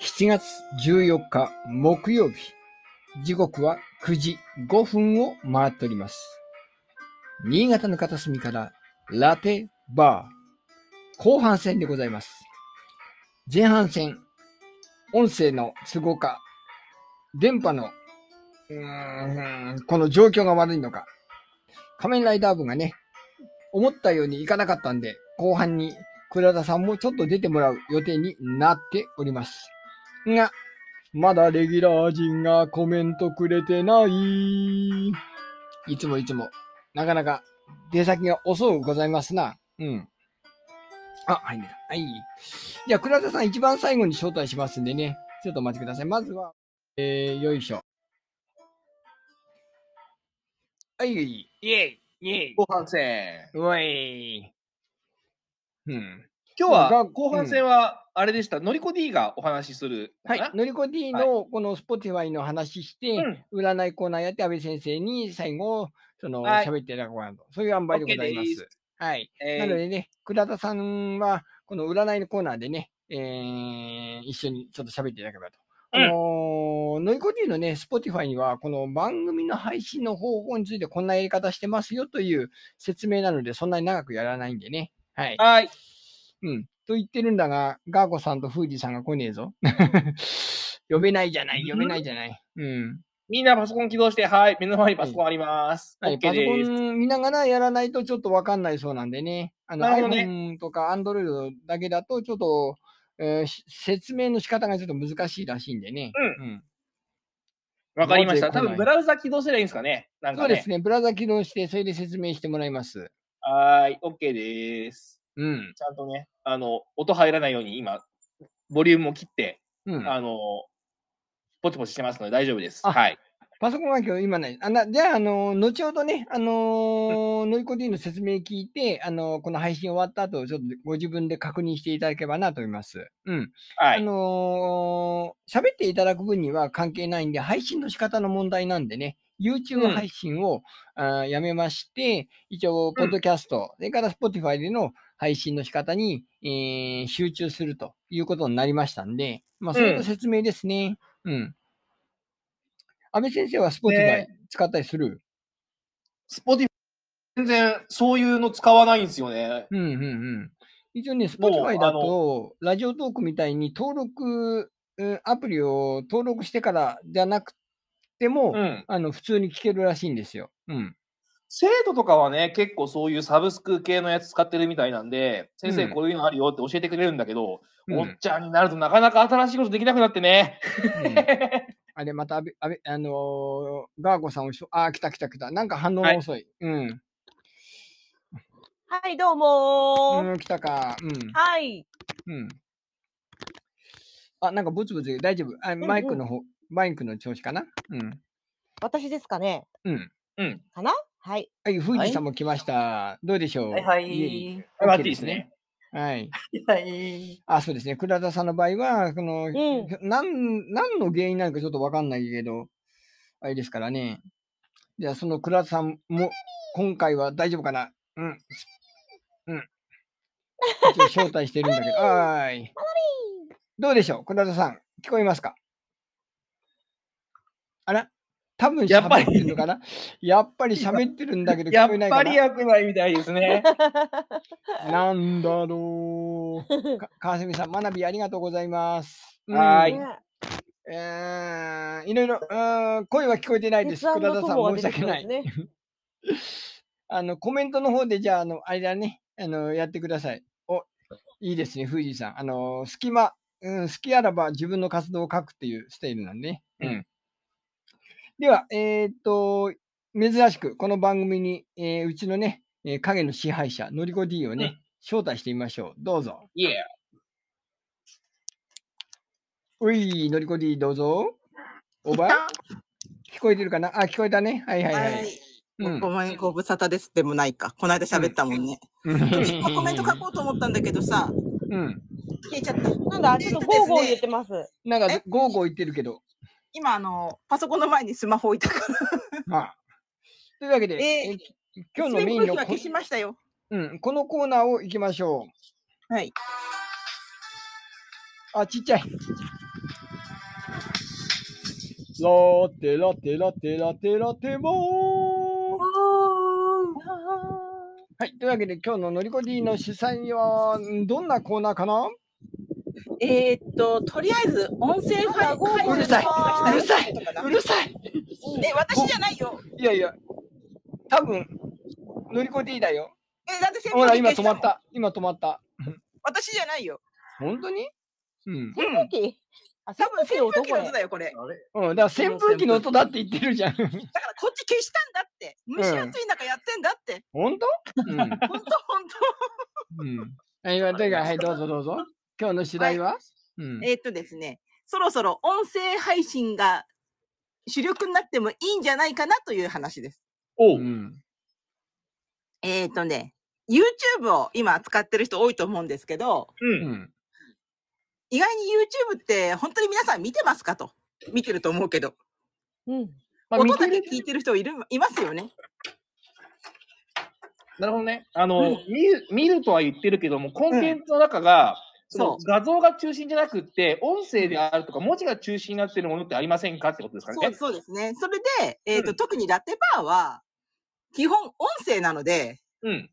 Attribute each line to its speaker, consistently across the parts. Speaker 1: 7月14日木曜日、時刻は9時5分を回っております。新潟の片隅からラテバー、後半戦でございます。前半戦、音声の都合か、電波の、うーん、この状況が悪いのか、仮面ライダー部がね、思ったようにいかなかったんで、後半に倉田さんもちょっと出てもらう予定になっております。が、まだレギュラー陣がコメントくれてない。いつもいつも、なかなか出先が遅うございますな。うん。あ、はい、ね。はい。じゃあ、倉田さん一番最後に招待しますんでね。ちょっとお待ちください。まずは、えー、よいしょ。はい、イェイ、イェイ。
Speaker 2: 後半戦。
Speaker 1: うわい。うん。
Speaker 2: 今日
Speaker 1: が
Speaker 2: は後半戦はあれでした。のりこ D がお話しするの
Speaker 1: は
Speaker 2: かな。
Speaker 1: い。のりこ D のこの Spotify の話して、
Speaker 2: うん
Speaker 1: 占いコーナーやって、安倍先生に最後、その、
Speaker 2: はい
Speaker 1: 喋っていただこうかなと。そういう塩梅でございま。
Speaker 2: OK です
Speaker 1: はい。
Speaker 2: えー
Speaker 1: なのでね、倉田さんは、この占いのコーナーでね、えー一緒にちょっと喋っていただければと。あ
Speaker 2: う
Speaker 1: の
Speaker 2: ん
Speaker 1: ーノイコティのね、Spotify には、この番組の配信の方法についてこんなやり方してますよという説明なので、そんなに長くやらないんでね。はい。
Speaker 2: はい。
Speaker 1: うん。と言ってるんだが、ガーゴさんとフージさんが来ねえぞ。 呼べないじゃない、呼べないじゃない。うん。
Speaker 2: みんなパソコン起動して、はい。目の前にパソコンあります。
Speaker 1: はい、
Speaker 2: OK
Speaker 1: パソコ
Speaker 2: です。
Speaker 1: ン見ながらやらないとちょっとわかんないそうなんでね。あの、
Speaker 2: なるほどね
Speaker 1: iPhone とか Android だけだとちょっと、えーし説明の仕方がちょっと難しいらしいんでね。うん
Speaker 2: わかりまし
Speaker 1: 文字
Speaker 2: た。
Speaker 1: で
Speaker 2: 多
Speaker 1: 来ない
Speaker 2: 分ブラウザ起動すればいいんですかね。なん
Speaker 1: そう
Speaker 2: か
Speaker 1: です
Speaker 2: ね。
Speaker 1: ね。ブラウザ起動して、それで説明してもらいます。
Speaker 2: はい。OK です。
Speaker 1: うん。
Speaker 2: ちゃんとね、あの、音入らないように今、ボリュームを切って、
Speaker 1: うん、
Speaker 2: あの、ポチポチしてますので大丈夫です。
Speaker 1: あ
Speaker 2: はい。
Speaker 1: パソコンは今日今ない。あなじゃあ、あのー後ほどね、あのーノイコディの説明聞いて、あのーこの配信終わった後、ちょっとご自分で確認していただければなと思います。うん。
Speaker 2: は
Speaker 1: あ
Speaker 2: い。
Speaker 1: のー喋っていただく分には関係ないんで、配信の仕方の問題なんでね、
Speaker 2: う
Speaker 1: YouTube
Speaker 2: ん
Speaker 1: 配信を、あーやめまして、一応、
Speaker 2: う
Speaker 1: ポ
Speaker 2: ん
Speaker 1: ッドキャスト、それから Spotify での配信の仕方に、えー集中するということになりましたんで、まあ、それ
Speaker 2: う
Speaker 1: と
Speaker 2: ん
Speaker 1: 説明ですね。うん。安倍先生は Spotify
Speaker 2: ね
Speaker 1: 使ったりする、
Speaker 2: Spotify、全然そういうの使わないんですよね。
Speaker 1: うんうんうん。一応ね、
Speaker 2: もう
Speaker 1: Spotify だ
Speaker 2: あの
Speaker 1: と、ラジオトークみたいに登録、うんアプリを登録してからじゃなくても、
Speaker 2: うん。
Speaker 1: あの普通に聞けるらしいんですよ。うん。
Speaker 2: 生徒とかはね、結構そういうサブスク系のやつ使ってるみたいなんで、先
Speaker 1: う
Speaker 2: 生
Speaker 1: ん
Speaker 2: こういうのあるよって教えてくれるんだけど、
Speaker 1: うん
Speaker 2: おっちゃんになるとなかなか新しいことできなくなってね。
Speaker 1: うんあれ、また安倍、安倍、あのーガーゴさんをしょ、あー、来た来た来た。なんか反応が遅い。うん。
Speaker 3: はい、どうもー、
Speaker 1: うん、来たか。うん。
Speaker 3: はい。
Speaker 1: うん。あ、なんかブツブツ、大丈夫。あマイクの方、マイクの調子かなうん。
Speaker 3: 私ですかね
Speaker 1: うん。
Speaker 2: うん。
Speaker 3: かなはい。
Speaker 1: はい、富士さんも来ました。どうでしょう
Speaker 4: はいは
Speaker 1: イエイ
Speaker 4: い。
Speaker 2: バ
Speaker 1: OK
Speaker 2: ッチリですね。
Speaker 1: はい。
Speaker 4: はい。
Speaker 1: あ、そうですね。倉田さんの場合は、この、
Speaker 3: ん
Speaker 1: ひょなん、何の原因なのかちょっとわかんないけど、あれですからね。じゃあ、その倉田さんも、今回は大丈夫かなうん。うん。一応招待してるんだけ ど、はーい。どうでしょう倉田さん、聞こえますかあら多分
Speaker 2: やっぱ
Speaker 1: 喋
Speaker 2: り
Speaker 1: ってるのかなやっぱり喋ってるんだけど聞
Speaker 2: やっ
Speaker 1: こえない
Speaker 2: ぱ
Speaker 1: か
Speaker 2: り
Speaker 1: な
Speaker 2: 良くないみたいですね。
Speaker 1: なんだろう。か川澄さん、学びありがとうございます。うん
Speaker 2: はーい
Speaker 3: ね
Speaker 1: えーいろいろ、うーん声は聞こえてないです。
Speaker 3: 鉄腕
Speaker 1: 倉
Speaker 3: の
Speaker 1: 田さん、
Speaker 3: 友が
Speaker 1: 申
Speaker 3: 出
Speaker 1: して
Speaker 3: き
Speaker 1: 訳
Speaker 3: てま
Speaker 1: な
Speaker 3: す
Speaker 1: い。
Speaker 3: ね。
Speaker 1: あの、コメントの方で、じゃあ、あの、あれだね、あの、やってください。お、いいですね、富士さん。あの、隙間、うん、好きあらば自分の活動を書くっていうスタイルなんでね。
Speaker 2: うん
Speaker 1: うん。では、えーっと、珍しく、この番組に、えーうちのね、えー影の支配者、のりこ D をね、
Speaker 2: うん
Speaker 1: 招待してみましょう。どうぞ。
Speaker 2: いや、
Speaker 1: うい、のりこ D どうぞ。おば聞こえてるかなあ、聞こえたね。はいはいはい。うん
Speaker 4: ごめん、ご無沙汰ですでもないか。この間喋ったもんね。今コメント書こうと思ったんだけどさ、
Speaker 1: うん。
Speaker 4: 消えちゃった。
Speaker 3: なんだ、ちょっとゴーゴー言ってます。
Speaker 1: なんか
Speaker 4: え、
Speaker 1: ゴーゴー言ってるけど。
Speaker 4: 今、あの、パソコンの前にスマホ置いたから。
Speaker 1: まあ。というわけで、
Speaker 4: えー
Speaker 1: え今日のメインの
Speaker 4: は
Speaker 1: こ
Speaker 4: 消しましたよ。
Speaker 1: うん、このコーナーを行きましょ
Speaker 4: はい。
Speaker 1: う。あ、ちっちゃい。ラテラテラテラテラテもはい。というわけで、今日ののりこ D の主催は、んどんなコーナーかな
Speaker 4: えーっと、とりあえず、音声ファイル。
Speaker 1: うるさい
Speaker 4: 配信したとかだ
Speaker 1: うるさい
Speaker 4: え、私じゃないよ。
Speaker 1: いやいや、多分のりこ D だよ。
Speaker 4: え、だって先
Speaker 1: ほら、
Speaker 4: 輩
Speaker 1: 今止まっ。た。今止まった。
Speaker 4: 私じゃないよ。
Speaker 1: 本当にうん。
Speaker 3: 扇風機あ、扇
Speaker 4: 多分
Speaker 3: 風機
Speaker 4: 扇
Speaker 3: の
Speaker 4: 風
Speaker 3: 音こ
Speaker 4: 機の
Speaker 3: れ
Speaker 4: 音。だよ、これ。
Speaker 1: うん。だから扇風機の音だって言ってるじゃん。
Speaker 4: だからこっち消したんだって。蒸し暑い中やってんだって。
Speaker 1: 本当
Speaker 4: ほんとほんと。
Speaker 1: うん。うん。はい、というかはい、どうぞどうぞ。今日の主題は、うん。
Speaker 4: えーっとですね、そろそろ音声配信が主力になってもいいんじゃないかなという話です。
Speaker 2: お
Speaker 1: う
Speaker 2: う。
Speaker 1: ん。
Speaker 4: えーっとね、YouTube を今使ってる人多いと思うんですけど、
Speaker 1: う
Speaker 2: うん。
Speaker 1: ん。
Speaker 4: 意外に YouTube って本当に皆さん見てますかと。見てると思うけど、
Speaker 3: うん。
Speaker 1: まあ、見
Speaker 4: 音
Speaker 1: て
Speaker 4: だけ
Speaker 1: る。
Speaker 4: 聞いてる人いるいますよね。
Speaker 2: なるほどね。あの、
Speaker 4: うん
Speaker 2: 見る見るとは言ってるけども、コンテンツの中が、
Speaker 4: そ
Speaker 2: そうの画像が中心じゃなくって、音声であるとか、文字が中心になってるものってありませんかってことですか
Speaker 4: そう
Speaker 2: ね。
Speaker 4: そうですね。それで、えーっと
Speaker 2: う
Speaker 4: 特にラテバーは基本音声なので、
Speaker 2: うん。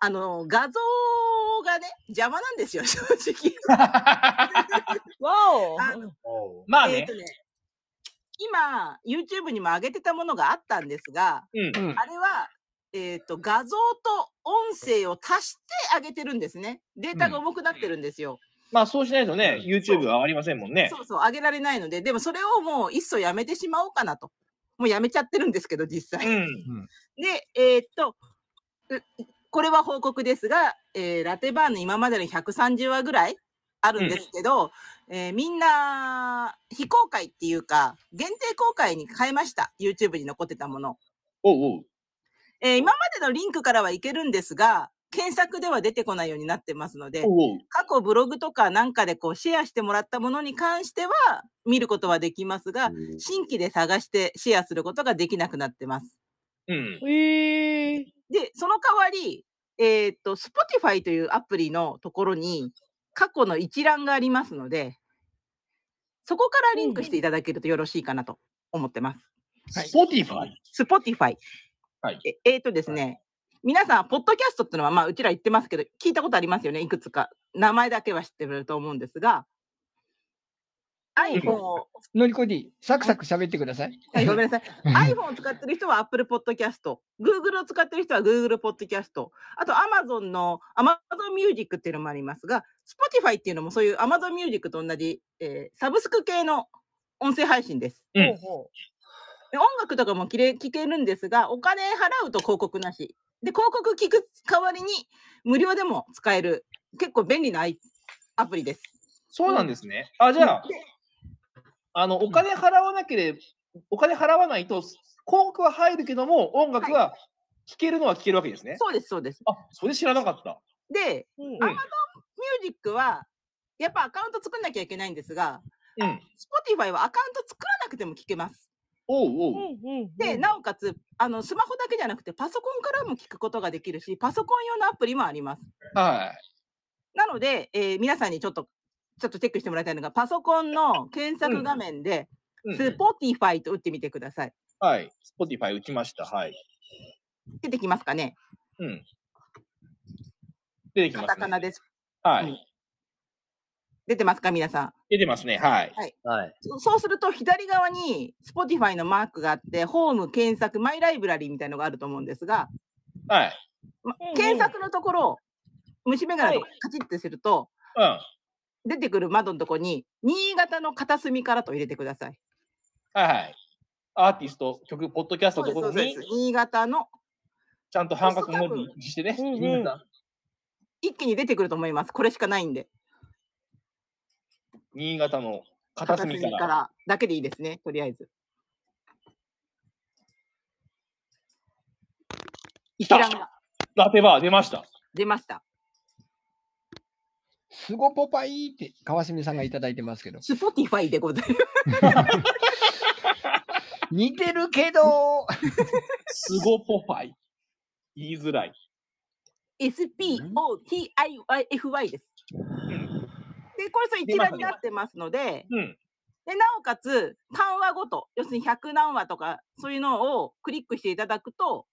Speaker 4: あの、画像がね、邪魔なんですよ、正直。
Speaker 3: わお。
Speaker 4: あ
Speaker 2: まあ
Speaker 4: えー
Speaker 2: ね
Speaker 4: と。ね、今、YouTube にも上げてたものがあったんですが、
Speaker 2: うん。
Speaker 1: うん。
Speaker 4: あれは、えっ、と、画像と音声を足して上げてるんですね。データが重くなってるんですよ。
Speaker 2: まあそうしないとね、YouTube はありませんもんね。
Speaker 4: そうそう、上げられないので、でもそれをもういっそやめてしまおうかなと。もうやめちゃってるんですけど、実際。
Speaker 2: うん。
Speaker 4: で、えっ、と、うこれは報告ですが、えーラテバーの今までの130話ぐらいあるんですけど、えーみんな非公開っていうか、限定公開に変えました。YouTube に残ってたもの。
Speaker 2: おうおう。
Speaker 4: えー今までのリンクからはいけるんですが、検索では出てこないようになってますので、
Speaker 2: おうおう。
Speaker 4: 過去ブログとかなんかでこうシェアしてもらったものに関しては見ることはできますが、新規で探してシェアすることができなくなってます。
Speaker 2: うん。
Speaker 3: ええ。
Speaker 4: で、その代わり、えーっと、Spotify というアプリのところに過去の一覧がありますので、そこからリンクしていただけるとよろしいかなと思ってます。
Speaker 2: Spotify。
Speaker 4: Spotify。
Speaker 2: はい
Speaker 4: ええーっとですね、皆さん、ポッドキャストってのは、まあ、うちら言ってますけど、聞いたことありますよね、いくつか。名前だけは知ってると思うんですが、iPhone を、
Speaker 1: のりこ D、サクサク喋ってください。
Speaker 4: はいごめんなさい。iPhone を使ってる人は Apple Podcast、Google を使ってる人は Google Podcast、あと Amazon の Amazon Music っていうのもありますが、Spotify っていうのもそういう Amazon Music と同じ、えーサブスク系の音声配信です。
Speaker 2: うん
Speaker 3: ほうほ
Speaker 4: で音楽とかもきれ聞けるんですが、お金払うと広告なし。で、広告聞く代わりに無料でも使える、結構便利なアイアプリです。
Speaker 2: そうなんですね。あ、じゃあ、あの、お金払わなければ、お金払わないと、広告は入るけども、音楽は聴けるのは聴けるわけですね。
Speaker 4: そうです、そうです。
Speaker 2: あ、それ知らなかった。
Speaker 4: で、
Speaker 3: う。うん
Speaker 2: うん
Speaker 4: ミュージックは、やっぱアカウント作んなきゃいけないんですが、
Speaker 2: うん。
Speaker 4: Spotify はアカウント作らなくても聞けます。
Speaker 2: おう
Speaker 3: う
Speaker 2: おう。
Speaker 3: んうん。
Speaker 4: で、なおかつあのスマホだけじゃなくてパソコンからも聞くことができるし、パソコン用のアプリもあります。
Speaker 2: はい。
Speaker 4: なので、えー皆さんにちょっとちょっとチェックしてもらいたいのが、パソコンの検索画面で、
Speaker 2: うんうん
Speaker 4: Spotify と打ってみてください。
Speaker 2: はい。Spotify 打ちました。はい。
Speaker 4: 出てきますかね
Speaker 2: うん。出てき
Speaker 4: カ
Speaker 2: ま
Speaker 4: タ
Speaker 2: す
Speaker 4: カ
Speaker 2: ね。
Speaker 4: ナです。
Speaker 2: は
Speaker 4: うん
Speaker 2: い。
Speaker 4: 出てますか皆さん。
Speaker 2: 出てますね。はい。
Speaker 5: はい。
Speaker 4: そそうすると、左側に Spotify のマークがあって、ホーム、検索、マイライブラリーみたいなのがあると思うんですが、
Speaker 2: はい。
Speaker 4: ま
Speaker 3: うんうん
Speaker 4: 検索のところを虫眼鏡とかカチッてすると、
Speaker 2: うん。
Speaker 4: 出てくる窓のとこに新潟の片隅からと入れてください。
Speaker 2: はいはい。アーティスト、曲、ポッドキャストのところ
Speaker 4: そうで
Speaker 2: に
Speaker 4: すそうです、新潟の
Speaker 2: ちゃんと半角文字にしてね。
Speaker 3: うんうん
Speaker 4: 一気に出てくると思います。これしかないんで。
Speaker 2: 新潟の片隅から。
Speaker 4: だけでいいですね。とりあえず。
Speaker 2: い
Speaker 4: 一覧が
Speaker 2: ラテバー出ました。
Speaker 4: 出ました。
Speaker 1: すごポパイって川澄さんがいただいてますけど。
Speaker 4: スポティファイでございます。
Speaker 1: 似てるけど、
Speaker 2: スゴポファイ。言いづらい。
Speaker 4: SPOTIFY です。で、これそれ一覧になってますので、
Speaker 2: うん。
Speaker 4: で、なおかつ、単話ごと、要するに100何話とか、そういうのをクリックしていただくと、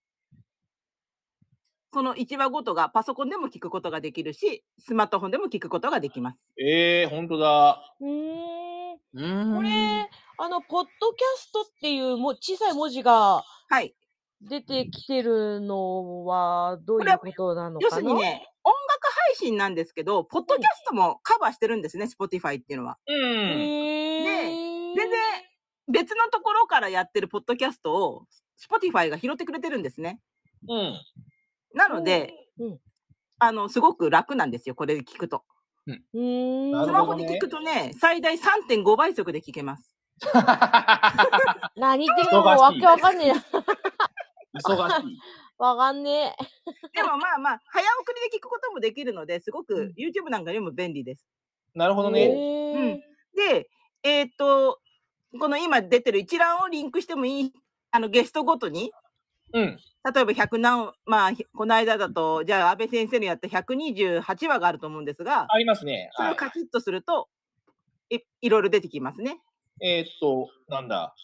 Speaker 4: その1話ごとがパソコンでも聞くことができるし、スマートフォンでも聞くことができます。
Speaker 2: ええー、本当だ。
Speaker 3: うーん。
Speaker 2: うーん
Speaker 3: これ、あの、ポッドキャストっていうもう小さい文字が
Speaker 4: はい。
Speaker 3: 出てきてるのはどういうことなの
Speaker 4: 要
Speaker 3: か
Speaker 4: す
Speaker 3: な
Speaker 4: るにね、音楽配信なんですけど、ポッドキャストもカバーしてるんですね、Spotify っていうのは。
Speaker 2: うん。
Speaker 3: へー
Speaker 4: 全然別のところからやってるポッドキャストを Spotify が拾ってくれてるんですね。
Speaker 2: うん。
Speaker 4: なので、
Speaker 3: うん
Speaker 4: あの、すごく楽なんですよ、これ聞くと。
Speaker 3: うーん
Speaker 2: な
Speaker 4: ス
Speaker 2: る
Speaker 4: マ
Speaker 2: ほ
Speaker 4: ホ
Speaker 2: ど
Speaker 4: で
Speaker 2: ね
Speaker 4: 聞くとね、最大3.5倍速で聞けます。
Speaker 3: 何言ってるのかわけわかんねえな。
Speaker 2: 忙しい。
Speaker 3: わかんねえ。
Speaker 4: でもまあまあ、早送りで聞くこともできるので、すごく YouTube なんかよりも便利です。
Speaker 2: なるほど
Speaker 3: へ
Speaker 2: ね。
Speaker 3: ー
Speaker 4: で、えーっと、この今出てる一覧をリンクしてもいい、あの、ゲストごとに、
Speaker 2: うん。
Speaker 4: 例えば100何、まあ、ひこの間だと、じゃあ安倍先生のやった128話があると思うんですが、
Speaker 2: ありますね。
Speaker 4: それ
Speaker 2: は
Speaker 4: をカチッとすると、いいろいろ出てきますね。
Speaker 2: い、えーっと、なんだ。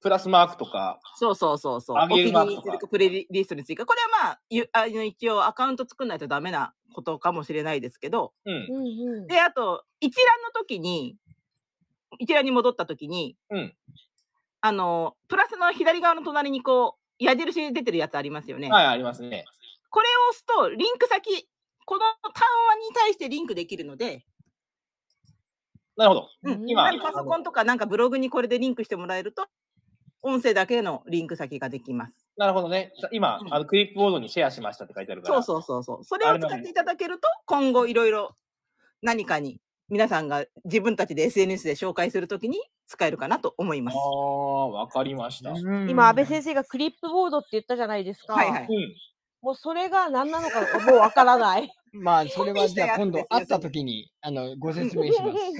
Speaker 2: プラスマークとか。
Speaker 4: そうそうそうそう。
Speaker 2: あ
Speaker 4: お気
Speaker 2: げ
Speaker 4: に
Speaker 2: るマ
Speaker 4: 入
Speaker 2: ーク
Speaker 4: り
Speaker 2: と
Speaker 4: に
Speaker 2: か
Speaker 4: するプレイリストに追加。これはまあ、ゆあの一応アカウント作んないとダメなことかもしれないですけど。
Speaker 2: うん。
Speaker 3: うんうん。
Speaker 4: で、あと、一覧の時に、一覧に戻った時に、
Speaker 2: うん
Speaker 4: あの、プラスの左側の隣にこう、矢印で出てるやつありますよね。
Speaker 2: はい、ありますね。
Speaker 4: これを押すと、リンク先、この単話に対してリンクできるので、
Speaker 2: なるほど。
Speaker 4: うん
Speaker 2: 今
Speaker 4: パソコンとかなんかブログにこれでリンクしてもらえると、音声だけのリンク先ができます。
Speaker 2: なるほどね。さ今、
Speaker 4: うん
Speaker 2: あのクリップボードにシェアしましたって書いてあるから。
Speaker 4: そうそうそうそう。それを使っていただけると、今後いろいろ何かに皆さんが自分たちで SNS で紹介するときに使えるかなと思います。は
Speaker 2: ああー、わかりました。うん。
Speaker 3: 今、安倍先生がクリップボードって言ったじゃないですか。
Speaker 4: いはい。
Speaker 3: もうそれが何なのかもうわからない。
Speaker 1: まあ、それはじゃあ今
Speaker 4: コピーしたやつです
Speaker 1: 度
Speaker 4: よ
Speaker 1: 会った時に、あの、ご説明します。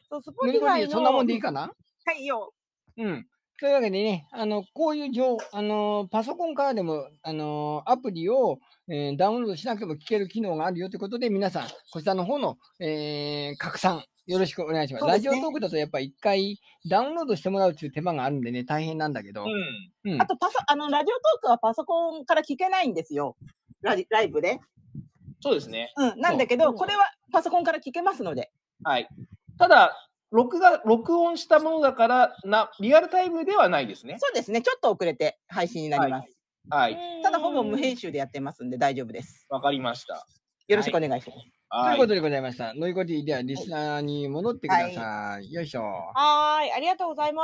Speaker 3: そう、スポ
Speaker 1: の
Speaker 3: テ
Speaker 1: り
Speaker 3: ィ
Speaker 1: こ
Speaker 3: フ
Speaker 1: り
Speaker 3: ァイ
Speaker 1: んそんなもんでいい
Speaker 3: の
Speaker 1: かな
Speaker 4: はいよ。
Speaker 1: うん。というわけでね、あの、こういう情、あの、パソコンからでも、あの、アプリを、えーダウンロードしなくても聞ける機能があるよということで、皆さん、こちらの方の、えー拡散、よろしくお願いします。
Speaker 4: そうで
Speaker 1: ラ
Speaker 4: す
Speaker 1: ジ
Speaker 4: ね
Speaker 1: オトークだと、やっぱ一回ダウンロードしてもらうっていう手間があるんでね、大変なんだけど
Speaker 2: う。ん。
Speaker 1: うん
Speaker 4: あとパソあのラジオトークはパソコンから聞けないんですよ。ラジライブで。
Speaker 2: そうですね。
Speaker 4: うん。なんだけ
Speaker 3: そ
Speaker 4: ど、
Speaker 3: う
Speaker 4: これはパソコンから聞けますので。
Speaker 2: はい。ただ、録画、録音したものだから、な、リアルタイムではないですね。
Speaker 4: そうですね。ちょっと遅れて配信になります。
Speaker 2: はい。
Speaker 4: ただほぼ無編
Speaker 3: 集。
Speaker 4: 集でやってますんで大丈夫です。
Speaker 2: わかりました。
Speaker 4: よろしくお願いしま
Speaker 1: と
Speaker 4: す。
Speaker 1: い
Speaker 2: は
Speaker 1: う
Speaker 2: い
Speaker 1: こ。とでございました。ノイコティではリスナーに戻ってください。よいしょ。
Speaker 3: はーい、ありがとうございま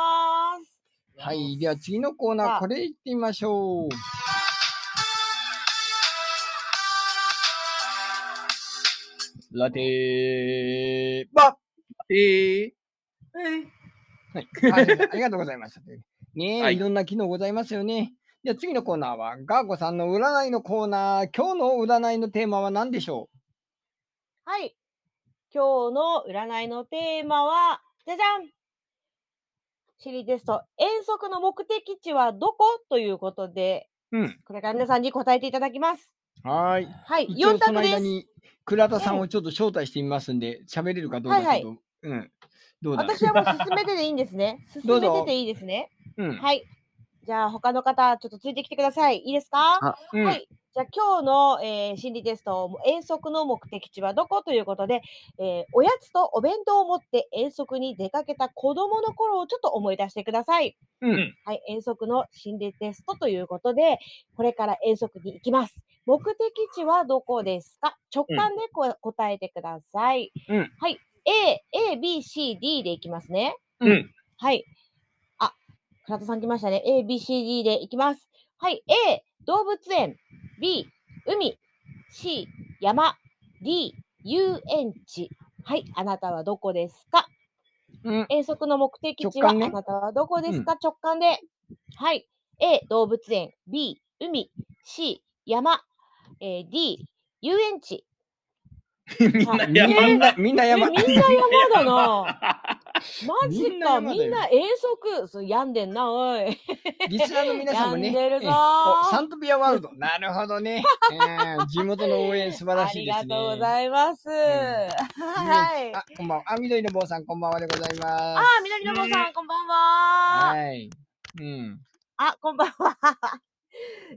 Speaker 3: す。
Speaker 1: はい。では次のコーナ
Speaker 3: さ
Speaker 1: ー、
Speaker 3: あ
Speaker 1: これいってみましょう。ラテーバ
Speaker 2: えー
Speaker 1: はい、ありがありがとうございました。ねえ、
Speaker 2: はい
Speaker 1: い、ろんな機能ございますよね。じゃあ次のコーナーは、ガーコさんの占いのコーナー。今日の占いのテーマは何でしょ
Speaker 3: はい。今日の占いのテーマは、じゃじゃん心理テスト、遠足の目的地はどこということで、
Speaker 1: ううん。
Speaker 3: これから皆さんに答えていただきます。
Speaker 1: はーい。
Speaker 3: はい、
Speaker 1: 一応
Speaker 3: 4
Speaker 1: その
Speaker 3: 択
Speaker 1: 間
Speaker 3: です。
Speaker 1: に、倉田さんをちょっと招待してみますんで、喋れるかどうかちょっと、
Speaker 3: はいはい
Speaker 1: うん。どうだろう
Speaker 3: 私はもう進めてでいいんですね。進
Speaker 1: どう
Speaker 3: め
Speaker 1: ぞ
Speaker 3: てていいですね。
Speaker 1: うん。
Speaker 3: はい。じゃあ、他の方、ちょっとついてきてください。いいですか
Speaker 1: うん
Speaker 3: はい。じゃあ、今日の、えー心理テスト、遠足の目的地はどこということで、えーおやつとお弁当を持って遠足に出かけた子供の頃をちょっと思い出してください。
Speaker 1: うん。
Speaker 3: はい。遠足の心理テストということで、これから遠足に行きます。目的地はどこですか直感でこ、答えてください。
Speaker 1: うん
Speaker 3: はい。A、A、B、C、D でいきますね。
Speaker 2: うん。
Speaker 3: はい。あ、倉田さん来ましたね。A、B、C、D でいきます。はい。A、動物園。B、海。C、山。D、遊園地。はい。あなたはどこですか
Speaker 1: うん。
Speaker 3: 遠足の目的地
Speaker 1: 直
Speaker 3: はあ
Speaker 1: 感ね
Speaker 3: なたはどこですか、直感で。はい。A、動物園。B、海。C、山。えー D、遊園地。
Speaker 2: みんな
Speaker 3: は い
Speaker 1: み
Speaker 2: 山
Speaker 1: んな、みんな
Speaker 3: えみん
Speaker 1: 山
Speaker 3: な。山だな。マジ
Speaker 1: みんな
Speaker 3: か、
Speaker 1: 山だよ
Speaker 3: みんな遠足。そう病んでんな、おい。
Speaker 1: リスナーの皆さんもね、
Speaker 3: 病んでるぞー
Speaker 1: ええおサントピアワールド。 なるほどね。うん地元の応援素晴らしいですね。
Speaker 3: ありがとうございます。はい。
Speaker 1: あ、こんばんは。あ、緑の坊さん、こんばんはでございま
Speaker 3: あ、みのりのぼさん、こんばん
Speaker 1: す。
Speaker 3: は。
Speaker 1: はい。うん。
Speaker 3: あ、こんばんは。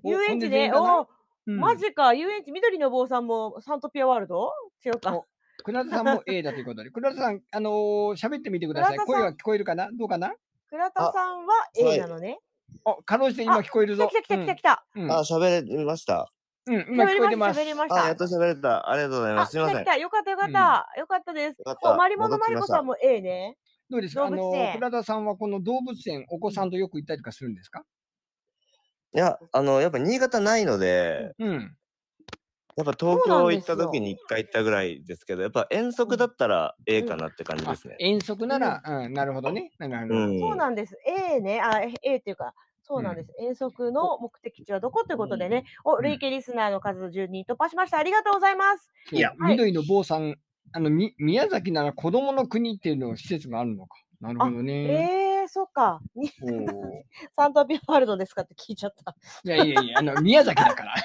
Speaker 1: お
Speaker 3: 遊園
Speaker 1: ほんで
Speaker 3: 地で、
Speaker 1: 全員だな
Speaker 3: お
Speaker 1: うん
Speaker 3: マジか、遊園地、緑の坊さんもサントピアワールド違うか
Speaker 1: お。倉田さんも A だということで。倉田さん、あのー喋ってみてください。
Speaker 3: 倉田さん
Speaker 1: 声は聞こえるかなどうかな
Speaker 3: 倉田さんは
Speaker 5: あはい
Speaker 3: A なのね。
Speaker 1: あ、かろうじて今聞こえる
Speaker 3: 来た
Speaker 1: ぞ。
Speaker 3: 来た来た来た来た。
Speaker 1: うん。
Speaker 5: あ、喋れました。
Speaker 1: うん、うん今
Speaker 3: 喋
Speaker 1: 聞
Speaker 3: り
Speaker 1: こえてま
Speaker 3: ました、
Speaker 1: す。
Speaker 3: 喋りまし
Speaker 5: あ、
Speaker 3: た。
Speaker 5: やっと喋れた。ありがとうござい
Speaker 3: あ、
Speaker 5: ます。
Speaker 3: 来
Speaker 5: すみませ
Speaker 3: た
Speaker 5: ん
Speaker 3: 来。た。よかったよかった。よかったです
Speaker 5: よかっ。た
Speaker 3: お、まりもの
Speaker 5: 戻
Speaker 3: ま
Speaker 5: って
Speaker 3: り
Speaker 5: きま
Speaker 3: こ
Speaker 5: した
Speaker 3: さんも A ね。
Speaker 1: どうですかあ
Speaker 3: 動
Speaker 1: の
Speaker 3: 物
Speaker 1: ー、
Speaker 3: 園
Speaker 1: 倉田さんはこの動物園、お子さんとよく行ったりとかするんですか
Speaker 5: いや、あの、やっぱ新潟ないので、
Speaker 1: うん。
Speaker 5: やっぱ東
Speaker 3: そうなん
Speaker 5: 京
Speaker 3: で
Speaker 5: 行っ
Speaker 3: すよ
Speaker 5: た時に一回行ったぐらいですけど、やっぱ遠足だったらええかなって感じ
Speaker 1: あ
Speaker 5: ですね。
Speaker 1: 遠足なら、うん、なるほどね。なるほど。
Speaker 5: うん。
Speaker 3: そうなんです。A ね、あ、A っていうか、そうなんです。遠足の目的地はどこということでね。お、累計リスナーの数10人突破しました。ありがとうございます。
Speaker 1: いや、
Speaker 3: はい
Speaker 1: 緑の坊さん、あの、み宮崎なら子供の国っていうの施設があるのか。なるほどね。
Speaker 3: えー、そっか。に
Speaker 1: おー
Speaker 3: サントピアワールドですかって聞いちゃった。
Speaker 1: いやいやいや、あ の、宮崎だから。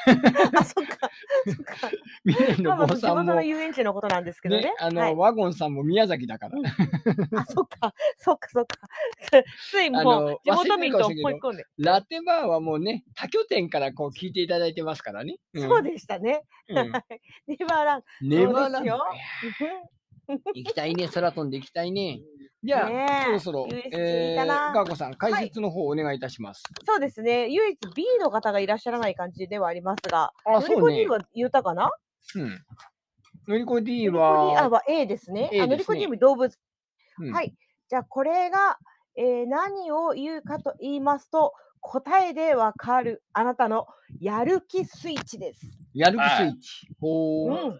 Speaker 3: あ、そっか。そっか。
Speaker 1: 緑
Speaker 3: まあま
Speaker 1: の
Speaker 3: あ、
Speaker 1: 坊
Speaker 3: 地
Speaker 1: さ
Speaker 3: 元
Speaker 1: んも
Speaker 3: の。遊園地のことなんですけどね。
Speaker 1: ね、あの、
Speaker 3: はい、
Speaker 1: ワゴンさんも宮崎だから。
Speaker 3: あ、そっか、 そっか、そっか。つい
Speaker 1: あ
Speaker 3: もう
Speaker 1: の、
Speaker 3: 地元民と
Speaker 1: 忘れてるかもしれんけど
Speaker 3: 追い込んで。
Speaker 1: ラテバーはもうね、他拠点からこう聞いていただいてますからね。ん
Speaker 3: そうでしたね。
Speaker 1: うん
Speaker 3: ネバーラン
Speaker 1: ネバーランドいや
Speaker 3: そう
Speaker 1: 行きたいね、空飛んで行きたい ね。じゃあ、
Speaker 3: ねえ
Speaker 1: そろそろ、
Speaker 3: USJ
Speaker 1: え
Speaker 3: 行ったな
Speaker 1: ー、ガーコさん、解説の方お願いいたします。
Speaker 3: そうですね。唯一 B の方がいらっしゃらない感じではありますが、
Speaker 1: あ、
Speaker 3: ノリ
Speaker 1: そう
Speaker 3: コ D
Speaker 1: ね。
Speaker 3: は言ったかな
Speaker 1: うん。のりこ D
Speaker 3: ノリコ D
Speaker 1: は、
Speaker 3: あは A ですね。
Speaker 1: A
Speaker 3: あノリコ
Speaker 1: です
Speaker 3: D
Speaker 1: ね
Speaker 3: も動物
Speaker 1: うん
Speaker 3: はい。じゃあ、これが、えー何を言うかと言いますと、答えでわかるあなたのやる気スイッチです。
Speaker 1: やる気スイッチ。ほ
Speaker 3: う
Speaker 1: ー
Speaker 3: ん。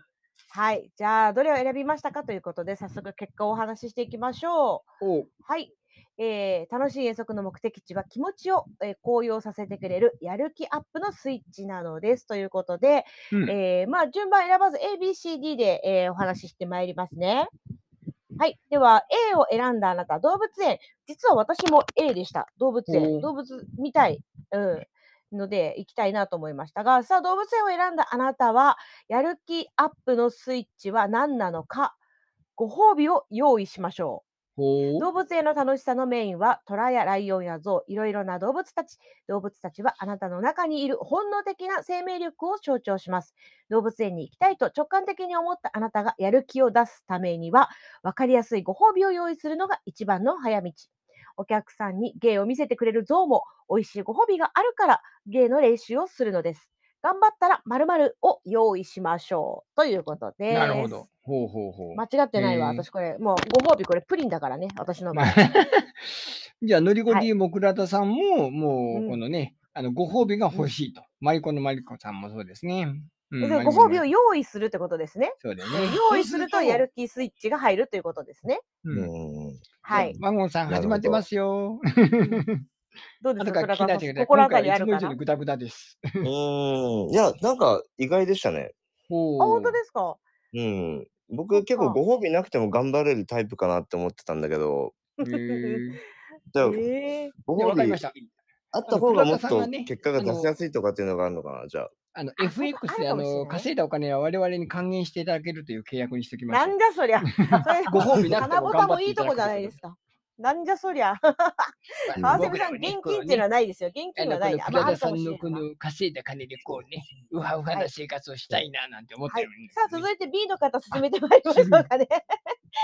Speaker 3: はい。じゃあ、どれを選びましたかということで、早速結果をお話ししていきましょ
Speaker 1: おう
Speaker 3: う。はい。えー楽しい遠足の目的地は気持ちを、えー高揚させてくれるやる気アップのスイッチなのですということで、
Speaker 1: うん
Speaker 3: えーまあ、順番選ばず ABCD で、えーお話ししてまいりますね。はい。では、A を選んだあなた、動物園。実は私も A でした。動物
Speaker 1: おー
Speaker 3: 園。動物見たい。うん。ので、行きたいなと思いましたが、さあ、動物園を選んだあなたは、やる気アップのスイッチは何なのか、ご褒美を用意しましょう。
Speaker 1: ほう
Speaker 3: 動物園の楽しさのメインは、トラやライオンやゾウ、いろいろな動物たち。動物たちはあなたの中にいる本能的な生命力を象徴します。動物園に行きたいと直感的に思ったあなたがやる気を出すためには、わかりやすいご褒美を用意するのが一番の早道。お客さんに芸を見せてくれるゾウも、美味しいご褒美があるから、芸の練習をするのです。頑張ったら〇〇を用意しましょう。ということです。
Speaker 1: なるほど。ほうほうほう。
Speaker 3: 間違ってない
Speaker 1: え
Speaker 3: わ、
Speaker 1: ー
Speaker 3: 私これ。もうご褒美これプリンだからね、私の場合
Speaker 1: まあじゃあ、のりこ
Speaker 3: はい
Speaker 1: D も倉田さんも、も
Speaker 3: う
Speaker 1: う、
Speaker 3: ん
Speaker 1: このね、あの、ご褒美が欲しいと。マリコのマリコさんもそうですね。うん
Speaker 3: で
Speaker 1: マリ
Speaker 3: ご
Speaker 1: コの
Speaker 3: 褒美を用意するってことですね。
Speaker 1: そうだよね。
Speaker 3: 用意するとやる気スイッチが入るということですね。
Speaker 1: うん。
Speaker 5: うん。
Speaker 3: はい。
Speaker 1: ワゴンさん、
Speaker 5: なる
Speaker 1: 始
Speaker 5: ほど
Speaker 1: まってますよ。
Speaker 3: どうで
Speaker 1: あと
Speaker 3: すか
Speaker 1: から聞きた
Speaker 3: 倉田さ
Speaker 1: い
Speaker 3: ん
Speaker 1: ということで、
Speaker 3: 心
Speaker 1: 今
Speaker 3: 当た
Speaker 1: 回
Speaker 3: り
Speaker 1: は
Speaker 3: あ
Speaker 1: いつ
Speaker 3: る
Speaker 1: も以上
Speaker 3: かなあ
Speaker 1: に、グダグダです。
Speaker 5: うん。いや、なんか意外でしたね。
Speaker 1: ほ
Speaker 3: 本当ですか
Speaker 5: うん。
Speaker 3: そっ
Speaker 5: 僕
Speaker 3: か
Speaker 5: 結構ご褒美なくても頑張れるタイプかなって思ってたんだけど、
Speaker 1: へー
Speaker 5: じゃあ
Speaker 3: ええ
Speaker 5: ご
Speaker 1: でわ
Speaker 5: 褒
Speaker 1: かり
Speaker 5: 美
Speaker 1: ました。
Speaker 5: あった方がも
Speaker 1: あの
Speaker 5: っ
Speaker 1: 倉田さん
Speaker 5: と
Speaker 1: がね
Speaker 5: 結果が出しやすいとかっていうのがあるのかな、じゃあ。
Speaker 1: あの、
Speaker 3: あそうか
Speaker 1: FX で、
Speaker 3: あ
Speaker 1: あ
Speaker 3: るかもしれな
Speaker 1: の、
Speaker 3: い
Speaker 1: 稼いだお金は我々に還元していただけるという契約にしておきま
Speaker 3: な
Speaker 1: しょ
Speaker 3: ん
Speaker 1: う。
Speaker 3: じゃそ りゃ。
Speaker 1: ご褒美なくて
Speaker 3: 花
Speaker 1: も
Speaker 3: ボ
Speaker 1: 頑張
Speaker 3: タ
Speaker 1: っ
Speaker 3: も
Speaker 1: て
Speaker 3: い
Speaker 1: い
Speaker 3: い
Speaker 1: た
Speaker 3: と
Speaker 1: だく
Speaker 3: こじゃないですか。なんじゃそりゃ。
Speaker 5: うん
Speaker 3: 川
Speaker 1: 僕
Speaker 3: 上
Speaker 1: ら
Speaker 3: さん、
Speaker 1: は
Speaker 3: 現
Speaker 1: ね
Speaker 3: 金っていうのはないですよ。現
Speaker 1: あ
Speaker 3: 金
Speaker 1: の
Speaker 3: は
Speaker 1: こ
Speaker 3: ない
Speaker 1: の
Speaker 3: な。ま
Speaker 1: 倉
Speaker 3: あ、あ
Speaker 1: 田
Speaker 3: るか
Speaker 1: さ
Speaker 3: も
Speaker 1: ん
Speaker 3: しれ
Speaker 1: のこ
Speaker 3: ないな。
Speaker 1: の稼いだ金でこうね、うはうはな生活をしたいななんて思って
Speaker 3: はい
Speaker 1: るんです
Speaker 3: さあ、
Speaker 1: ね、
Speaker 3: 続いて B の方、進めてまいりましょう かね。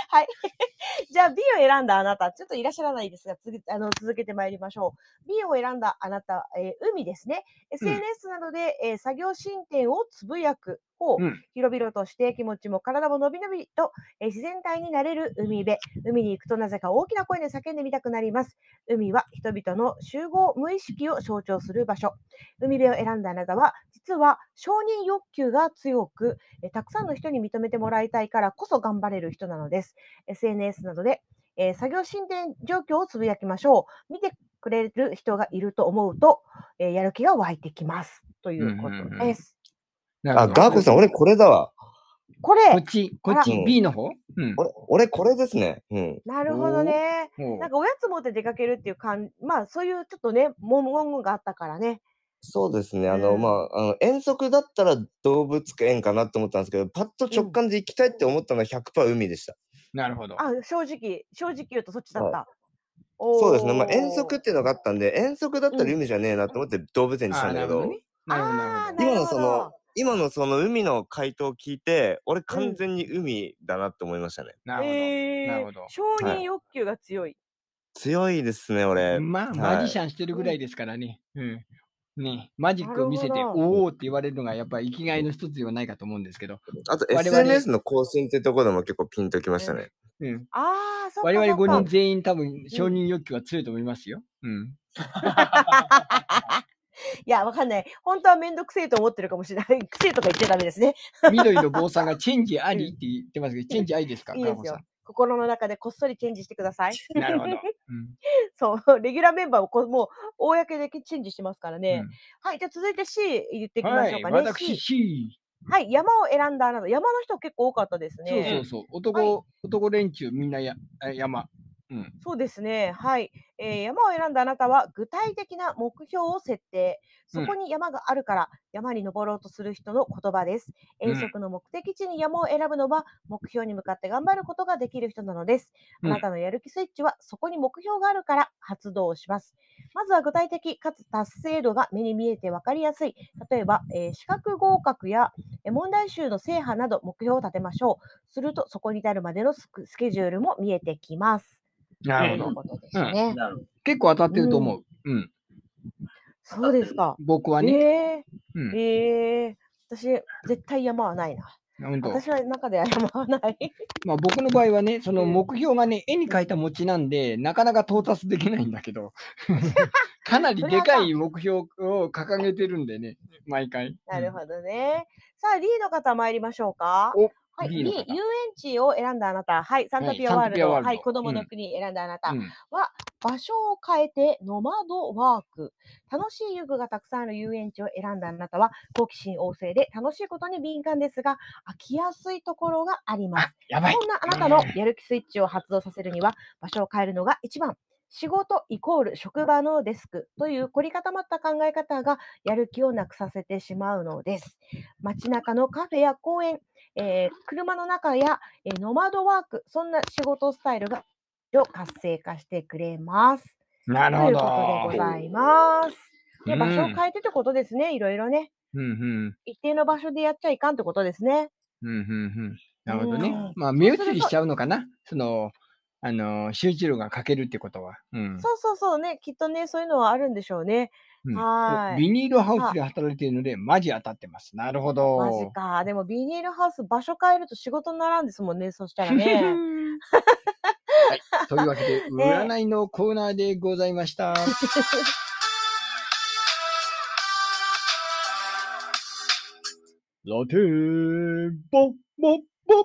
Speaker 3: はい。 じゃあ、B を選んだあなた、ちょっといらっしゃらないですが、つあの続けてまいりましょう。B を選んだあなた、えー海ですね。SNS などで、えー作業進展をつぶやく方、
Speaker 1: うん
Speaker 3: 広々として気持ちも体も伸び伸びと、えー自然体になれる海辺。海に行くとなぜか大きな声で叫んでみたくなります。海は人々の集合無意識を象徴する場所。海辺を選んだあなたは、実は承認欲求が強く、えーたくさんの人に認めてもらいたいからこそ頑張れる人なのです。SNS などで、えー作業進展状況をつぶやきましょう。見てくれる人がいると思うと、えーやる気が湧いてきます。ということです。
Speaker 5: あ、ガーコさん、俺これだわ。
Speaker 3: こ
Speaker 1: こっ
Speaker 3: れ、
Speaker 1: ち、こっち
Speaker 5: あら
Speaker 1: B の方うん。
Speaker 5: 俺、俺これですね。うん。
Speaker 3: なるほどね。
Speaker 1: ほう
Speaker 3: なんかおやつ持って出かけるっていう感じ、まあそういうちょっとね、文言があったからね。
Speaker 5: そうですね。あの、
Speaker 3: うん
Speaker 5: まあ、あの、遠足だったら動物園かなと思ったんですけど、パッと直感で行きたいって思ったのは100%海でした。
Speaker 1: なるほど。
Speaker 3: あ、正直、正直言うとそっちだった。
Speaker 5: そうですね。まあ、遠
Speaker 3: お
Speaker 5: 足
Speaker 3: ー
Speaker 5: っていうのがあったんで、遠足だったら海じゃねえなと思って動物園にしたんだけど、
Speaker 1: ね。なるほど、な
Speaker 3: あ
Speaker 1: る
Speaker 3: ー
Speaker 1: ほど。
Speaker 3: なる
Speaker 5: 今の
Speaker 3: ほ
Speaker 5: そ
Speaker 3: ど
Speaker 5: の。、今のその海の回答を聞いて、俺完全に海だなって思いましたね。
Speaker 1: なる
Speaker 3: え
Speaker 1: なる
Speaker 3: ー
Speaker 1: ほど、
Speaker 3: 承認欲求が強い。
Speaker 5: 強いですね、
Speaker 1: ほ
Speaker 5: 俺
Speaker 1: ど。。まあ、
Speaker 5: はい
Speaker 1: マジシャンしてるぐらいですからね。うん。ね、マジックを見せて、
Speaker 3: なるほ
Speaker 1: おおって言われるのが、やっぱり生きがいの一つではないかと思うんですけど、
Speaker 5: あと
Speaker 1: 々
Speaker 5: SNS の更新ってところでも結構ピンときましたね。
Speaker 1: うん。
Speaker 3: ああ、そっかそっか。
Speaker 1: 我々5人全員多分承認欲求は強いと思いますよ。 うん。
Speaker 3: いや、わかんない。本当はめんどくせえと思ってるかもしれない。くせえとか言っちゃダメですね。
Speaker 1: 緑の坊さんがチェンジありって言ってますけど、チェンジありですか
Speaker 3: いいで
Speaker 1: カホ
Speaker 3: す
Speaker 1: さ
Speaker 3: よ。心の中でこっそりチェンジしてください。
Speaker 1: んなるほど。うん
Speaker 3: そう、レギュラーメンバーをこうもう、公でチェンジしてますからね。はい、じゃあ続いて C 言っていき
Speaker 1: うん
Speaker 3: ま
Speaker 1: は
Speaker 3: しょう
Speaker 1: い、
Speaker 3: かね。
Speaker 1: 私
Speaker 3: C。
Speaker 1: C。
Speaker 3: はい、山を選んだあなた。山の人結構多かったですね。
Speaker 1: そうそうそう。男、男連中みんなやあ山。うん。
Speaker 3: そうですね。はい、えー山を選んだあなたは具体的な目標を設定。そこに山があるから、山に登ろうとする人の言葉です。
Speaker 1: うん
Speaker 3: 遠足の目的地に山を選ぶのは、目標に向かって頑張ることができる人なのです。
Speaker 1: う
Speaker 3: あ
Speaker 1: ん
Speaker 3: なたのやる気スイッチは、そこに目標があるから発動します。まずは具体的かつ達成度が目に見えて分かりやすい。例えば、えー資格合格やえー問題集の制覇など目標を立てましょう。すると、そこに至るまでのスクスケジュールも見えてきます。
Speaker 1: なる
Speaker 3: と
Speaker 1: ほ
Speaker 3: いう
Speaker 1: ど。
Speaker 3: ことですね。
Speaker 4: なるほど
Speaker 1: 結構当たってると思う。うん。
Speaker 3: そうですか。
Speaker 1: 僕は
Speaker 3: え
Speaker 1: ね。
Speaker 3: え
Speaker 1: う
Speaker 3: ー、
Speaker 1: ん。
Speaker 3: ええ私、絶対山はないな。
Speaker 1: 本当。
Speaker 3: 私は中では山はない。
Speaker 1: まあ僕の場合はね、その
Speaker 3: うん
Speaker 1: 目標がね、絵に描いた餅なんで、なかなか到達できないんだけど、 かなりでかい目標を掲げてるんでね、毎回。
Speaker 3: なる
Speaker 1: ど。
Speaker 3: ほどね。さあ、D の方参りましょうか。
Speaker 1: お
Speaker 3: はい、
Speaker 1: D
Speaker 3: D、
Speaker 1: の
Speaker 3: 遊
Speaker 1: 方
Speaker 3: 園地を選んだあなた。はい、サンタピア
Speaker 1: はいサンタ
Speaker 3: ワール
Speaker 1: ピア
Speaker 3: ド。
Speaker 1: ワー
Speaker 3: は
Speaker 1: ル
Speaker 3: い、
Speaker 1: ド
Speaker 3: 子供
Speaker 1: う
Speaker 3: の
Speaker 1: ん
Speaker 3: 国選んだあなた。
Speaker 1: うん
Speaker 3: 場所を変えてノマドワーク。楽しい遊具がたくさんある遊園地を選んだあなたは、好奇心旺盛で楽しいことに敏感ですが、飽きやすいところがあります。
Speaker 1: やばい
Speaker 3: そんなあなたのやる気スイッチを発動させるには、場所を変えるのが一番。仕事イコール職場のデスクという凝り固まった考え方がやる気をなくさせてしまうのです。街中のカフェや公園、えー車の中や、えーノマドワーク、そんな仕事スタイルがを活性化してくれます。
Speaker 1: な
Speaker 3: と
Speaker 1: る
Speaker 3: い
Speaker 1: ほ
Speaker 3: うこと
Speaker 1: ど
Speaker 3: でご。ざいます。で
Speaker 1: うん
Speaker 3: 場所を変えてってことですね、いろいろね。
Speaker 1: うんうん
Speaker 3: 一定の場所でやっちゃいかんってことですね。
Speaker 1: うんうんうん。なるほどね
Speaker 3: うん。
Speaker 1: まあ目移りしちゃうのかな。その、あの、集中力が欠けるってことは。うん。
Speaker 3: そうそうそうね、きっとね、そういうのはあるんでしょうね。
Speaker 1: うん
Speaker 3: はーい
Speaker 1: ビニールハウスで働いているので、マジ当たってます。なるほど。
Speaker 3: マジか。でもビニールハウス場所変えると仕事にならんですもんね。そした らね。
Speaker 1: というわ けで、占いのコーナーでございました。ラテーボッボッボッ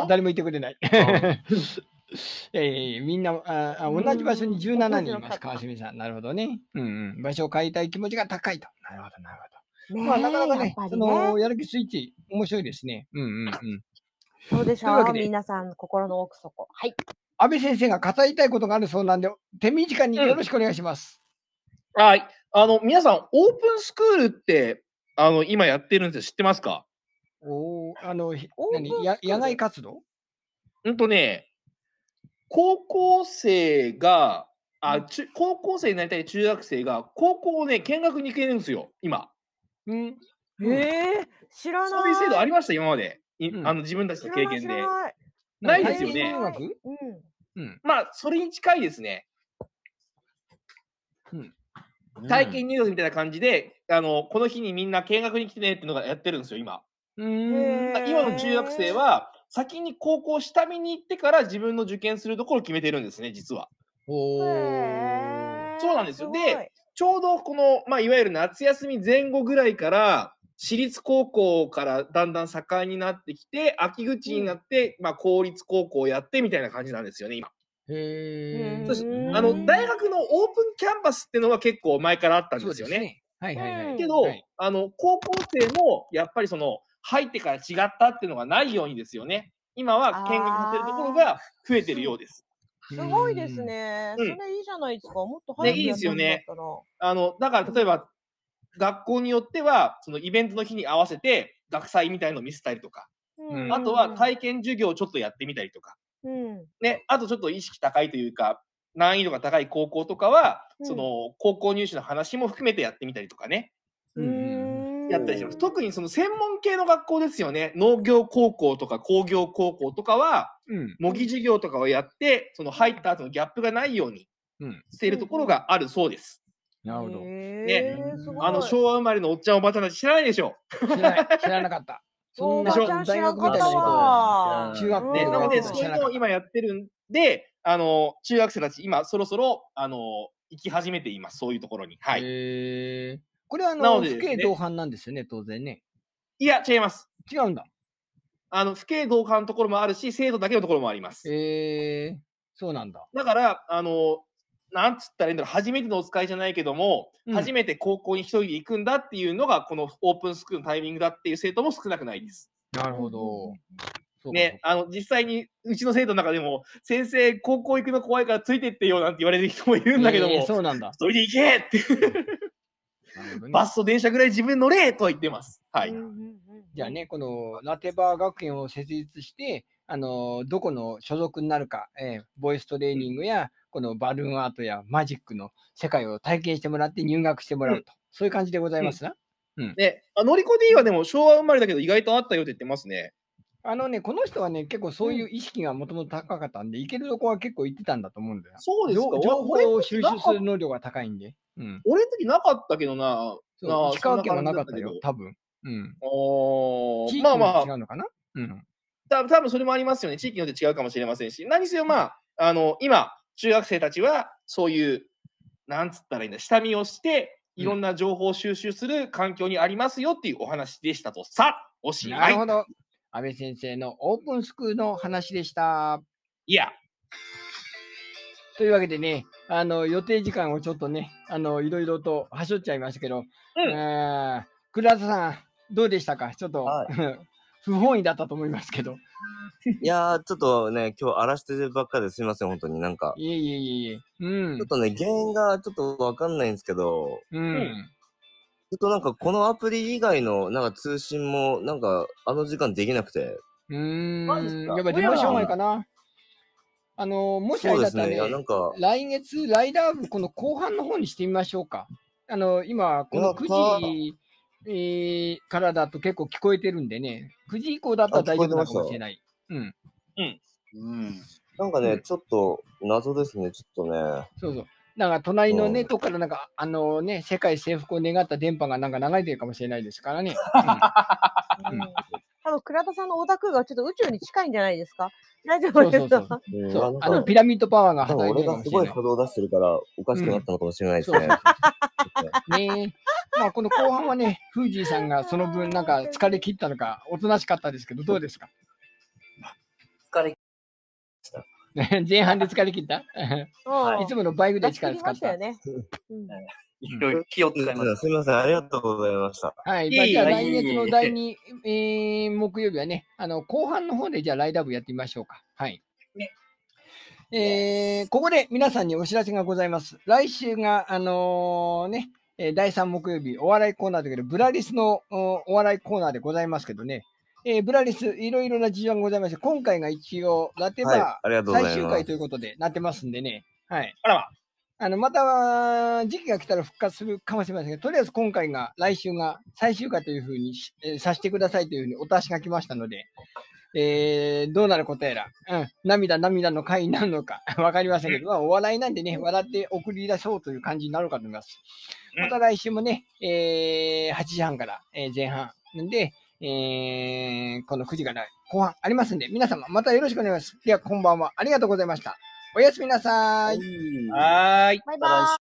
Speaker 2: ボ
Speaker 1: 誰も言ってくれない。 えーみんなああ同じ場所に17人います、川澄さん。なるほどね、うんうん。場所を変えたい気持ちが高いと。なるほど、なるほど。
Speaker 3: ね
Speaker 1: まあ、なかなか
Speaker 3: や
Speaker 1: ね
Speaker 3: っぱ、り
Speaker 1: そ
Speaker 3: ね
Speaker 1: の。やる気スイッチ、面白いですね。うんうんうん。
Speaker 3: そうでし
Speaker 1: というわ
Speaker 3: ょ
Speaker 1: け
Speaker 3: う。
Speaker 1: で
Speaker 3: 皆さん、心の奥底。はい。
Speaker 1: 安倍先生が語りたいことがあるそうなんで、手短によろしくお願いします。
Speaker 2: はい。あの、皆さん、オープンスクールって、あの、今やってるんです知ってますか
Speaker 1: おおーあの、ひ
Speaker 3: オープン
Speaker 1: 何や
Speaker 3: スクール
Speaker 1: 野外活動
Speaker 2: うんとね、高校生が、あ、中高校生になりたい中学生が、高校をね、見学に行けるんですよ、今。
Speaker 1: うん。
Speaker 3: へえ、知らない。
Speaker 2: そういう制度ありました、今まで。い
Speaker 1: うん
Speaker 2: あの自分たち
Speaker 3: 知
Speaker 2: の
Speaker 3: ら
Speaker 2: 経
Speaker 3: ない
Speaker 2: 験
Speaker 3: 知
Speaker 2: で。
Speaker 3: らない
Speaker 2: ないですよね
Speaker 1: 大学入学
Speaker 3: うん。
Speaker 1: うん。
Speaker 2: まあ、それに近いですね。体験入学みたいな感じで、あのこの日にみんな見学に来てねっていうのがやってるんですよ、今。
Speaker 1: うーん。
Speaker 3: へー
Speaker 2: 今の中学生は、先に高校下見に行ってから自分の受験するところを決めてるんですね、実は。
Speaker 1: お
Speaker 3: へ
Speaker 1: ー
Speaker 3: え
Speaker 2: そうなんですよで
Speaker 3: ごい
Speaker 2: ちょうどこの、まあ、いわゆる夏休み前後ぐらいから、私立高校からだんだん盛んになってきて、秋口になって、まあ、公立高校をやってみたいな感じなんですよね、今。
Speaker 1: へー
Speaker 2: そして
Speaker 3: うん
Speaker 2: あの大学のオープンキャンパスっていうのは結構前からあったん
Speaker 1: そう
Speaker 2: ですよね。。
Speaker 1: はいはいは
Speaker 3: う
Speaker 1: い。
Speaker 3: ん
Speaker 2: けど、
Speaker 1: はい
Speaker 2: あの高校生もやっぱりその入ってから違ったっていうのがないようにですよね。今は見学させるところが増えてるようです。
Speaker 3: すごいですね。
Speaker 2: うん
Speaker 3: それいいじゃないですか。もっと
Speaker 2: ね
Speaker 3: 早く
Speaker 2: いいですよね
Speaker 3: やったんだっ
Speaker 2: あのだから例えば学校によってはそのイベントの日に合わせて学祭みたいのを見せたりとか、
Speaker 3: たら。
Speaker 1: うん
Speaker 2: あとは体験授業をちょっとやってみたりとか、
Speaker 3: うん。
Speaker 2: ね、あとちょっと意識高いというか難易度が高い高校とかは、
Speaker 3: うん
Speaker 2: その高校入試の話も含めてやってみたりとかね、
Speaker 1: うん
Speaker 3: うん
Speaker 2: やったりします。特にその専門系の学校ですよね。農業高校とか工業高校とかは
Speaker 1: うん。
Speaker 2: 模擬授業とかをやって、その入った後のギャップがないように
Speaker 1: うん。
Speaker 2: しているところがあるそうです。
Speaker 1: なるほど。
Speaker 3: へーすごい
Speaker 2: あの昭和生まれのおっちゃんおばちゃんたち知らないでしょ。
Speaker 1: 知らない知らなかった。そんな
Speaker 2: でしょ
Speaker 1: 大学みたい
Speaker 2: 知らん
Speaker 3: か
Speaker 1: な
Speaker 3: った
Speaker 1: 中学校
Speaker 3: う
Speaker 2: ね、
Speaker 3: ん
Speaker 2: なので
Speaker 3: 知
Speaker 2: そうい
Speaker 1: ら
Speaker 2: う
Speaker 1: なか
Speaker 2: の
Speaker 1: っ
Speaker 2: を
Speaker 1: た
Speaker 2: 今やってるんで、あの中学生たち今そろそろあの行き始めています。そういうところに。はい。
Speaker 1: へーこれはあ
Speaker 2: な
Speaker 1: の、
Speaker 2: ので
Speaker 1: 父兄同伴なんですよね、当然ね。
Speaker 2: いや違います。
Speaker 1: 違うんだ。
Speaker 2: あの父兄同伴のところもあるし、生徒だけのところもあります。
Speaker 1: えー、そうなんだ。
Speaker 2: だから、あの、なんつったらいいんだろう、初めてのお使いじゃないけども、
Speaker 1: うん
Speaker 2: 初めて高校に一人で行くんだっていうのが、このオープンスクールのタイミングだっていう生徒も少なくないです。
Speaker 1: なる
Speaker 3: ほ
Speaker 1: ほ
Speaker 3: ど
Speaker 1: ど。そうか
Speaker 2: ね、あの、実際に、うちの生徒の中でも、先生、高校行くの怖いからついてってよなんて言われる人もいるんだけども、
Speaker 1: えー
Speaker 2: そ
Speaker 1: そうなんだ。
Speaker 2: れで行けって、
Speaker 1: なるほどね
Speaker 2: バスと電車ぐらい自分乗れとは言ってます。は
Speaker 3: う
Speaker 2: い
Speaker 3: ん。うんうん
Speaker 1: じゃあね、このラテバー学園を設立して、あのどこの所属になるか、えーボイストレーニングや、このバルーンアートやマジックの世界を体験してもらって入学してもらうと、そういう感じでございますな。
Speaker 2: ね、あのりこ D はでも昭和生まれだけど意外とあったよって言ってますね。
Speaker 1: あのね、この人はね、結構そういう意識がもともと高かったんで、行けるとこは結構行ってたんだと思うんだよ。
Speaker 2: そうですか。
Speaker 1: 情情
Speaker 2: 俺
Speaker 1: 報を収集する能力が高いんで。うん。
Speaker 2: 俺の時なかったけどな。な
Speaker 1: そう
Speaker 2: あ
Speaker 1: 石川県は
Speaker 2: そん
Speaker 1: なか
Speaker 2: な感
Speaker 1: っ
Speaker 2: じ
Speaker 1: た
Speaker 2: だったけど
Speaker 1: よ、多分。うん。
Speaker 2: お
Speaker 1: 地
Speaker 2: ー
Speaker 1: 域
Speaker 2: まあま
Speaker 1: も
Speaker 2: あ
Speaker 1: 違、うのかな、うん。
Speaker 2: た多分それもありますよね。地域によって違うかもしれませんし、何せよ、まあ、あの、今、中学生たちは、そういう、なんつったらいいんだ、下見をして、いろんな情報を収集する環境にありますよっていうお話でしたとさ、おし
Speaker 1: な
Speaker 2: まい
Speaker 1: る。ほど。安倍先生のオープンスクールの話でした。
Speaker 2: いや、
Speaker 1: というわけでね、あの予定時間をちょっとね、あのいろいろとはしょっちゃいましたけど、
Speaker 2: うん
Speaker 1: あー倉田さん、どうでしたかちょっと、
Speaker 5: は
Speaker 1: 不本意だったと思いますけど。
Speaker 5: いやー、ちょっとね、今日荒らしてるばっかりですいません、本当になんか。
Speaker 1: いえいえいえいえ。うん
Speaker 5: ちょっ。とね、原因がちょっとわかんないんですけど、
Speaker 1: うん。
Speaker 5: ちょっとなんかこのアプリ以外のなんか通信もなんかあの時間できなくて。
Speaker 1: うー
Speaker 2: マジっす
Speaker 1: ん。
Speaker 2: か
Speaker 1: やっぱ電話しようがないかな。あの、もしあ
Speaker 5: そう
Speaker 1: れだっ
Speaker 5: です
Speaker 1: たら
Speaker 5: ね。い
Speaker 1: ね、
Speaker 5: や、なんか、
Speaker 1: 来月、ライダー部、この後半の方にしてみましょうか。あの、今、こ
Speaker 5: う
Speaker 1: の
Speaker 5: わ
Speaker 1: 9時、えーからだと結構聞こえてるんでね、9時以降だったら
Speaker 5: あ
Speaker 1: 大丈
Speaker 5: 聞こえて
Speaker 1: 夫な
Speaker 5: ま
Speaker 1: の
Speaker 5: し
Speaker 1: か
Speaker 5: た
Speaker 1: もしれない。うん。
Speaker 2: うん。
Speaker 5: なんかね、
Speaker 1: うん
Speaker 5: ちょっと謎ですね、ちょっとね。
Speaker 1: そうそう。なんか隣のね、
Speaker 5: うん
Speaker 1: とこからなんか、あのね、世界征服を願った電波がなんか流れてるかもしれないですからね。
Speaker 3: うん多分倉田さんのオタクがちょっと宇宙に近いんじゃないですか大丈夫です
Speaker 1: そうそう
Speaker 3: か
Speaker 5: う
Speaker 1: うん
Speaker 5: ん、
Speaker 1: そ
Speaker 5: ま
Speaker 1: う。
Speaker 5: あ
Speaker 1: あ
Speaker 5: なん
Speaker 1: の、
Speaker 5: か
Speaker 1: ピラミッドパワーが
Speaker 5: 多分
Speaker 1: 働いて
Speaker 5: 俺
Speaker 1: るかも
Speaker 5: が
Speaker 1: し
Speaker 5: す
Speaker 1: れ
Speaker 5: ご
Speaker 1: ないい
Speaker 5: 波。動を出してるから、おかしくなったのかもしれないです
Speaker 1: そう
Speaker 5: ね。
Speaker 1: ねえ。まあ、この後半はね、フージーさんがその分なんか疲れ切ったのか、おとなしかったですけど、どうですか
Speaker 5: 疲れ、
Speaker 1: 前半で疲れ切った
Speaker 3: うん
Speaker 1: いつものバイクで
Speaker 3: 出し切
Speaker 1: 力
Speaker 3: り
Speaker 1: 使
Speaker 3: ま
Speaker 1: っ
Speaker 3: した
Speaker 1: た
Speaker 3: よ。ね。うん
Speaker 2: いろいろ気を使います。
Speaker 5: すみません、ありがとうございました。
Speaker 1: はい。
Speaker 2: い
Speaker 1: まあ、
Speaker 2: えい
Speaker 1: じ
Speaker 2: え
Speaker 1: ゃあ
Speaker 2: い
Speaker 1: 来
Speaker 2: えいえ
Speaker 1: 月の第2、えー木曜日はね、あの、後半の方で、じゃあライダー部やってみましょうか。はい。
Speaker 2: ね
Speaker 1: えーここで皆さんにお知らせがございます。来週が、あのーね、えー第3木曜日、お笑いコーナーだけど、ブラリスのおお笑いコーナーでございますけどね、えーブラリス、いろいろな事情がございまして、今回が一応、ラテ
Speaker 5: はい
Speaker 1: バ、
Speaker 5: ありがとう
Speaker 1: ー
Speaker 5: ござい
Speaker 1: 最
Speaker 5: ます。
Speaker 1: 終回ということでなってますんでね、はい。
Speaker 2: あらま、
Speaker 1: あの、また、時期が来たら復活するかもしれませんけど、とりあえず今回が、来週が最終回というふうにし、えーさせてくださいというふうにお達しが来ましたので、えーどうなることやら、うん、涙涙の回になるのか、 わかりませんけど、まあ、お笑いなんでね、笑って送り出そうという感じになるかと思います。
Speaker 2: うん
Speaker 1: また来週もね、えー8時半から、えー前半で、えーこの9時から後半ありますんで、皆様またよろしくお願いします。では、こんばんは。ありがとうございました。おやすみなさい。
Speaker 2: はーい。
Speaker 3: バイバイ。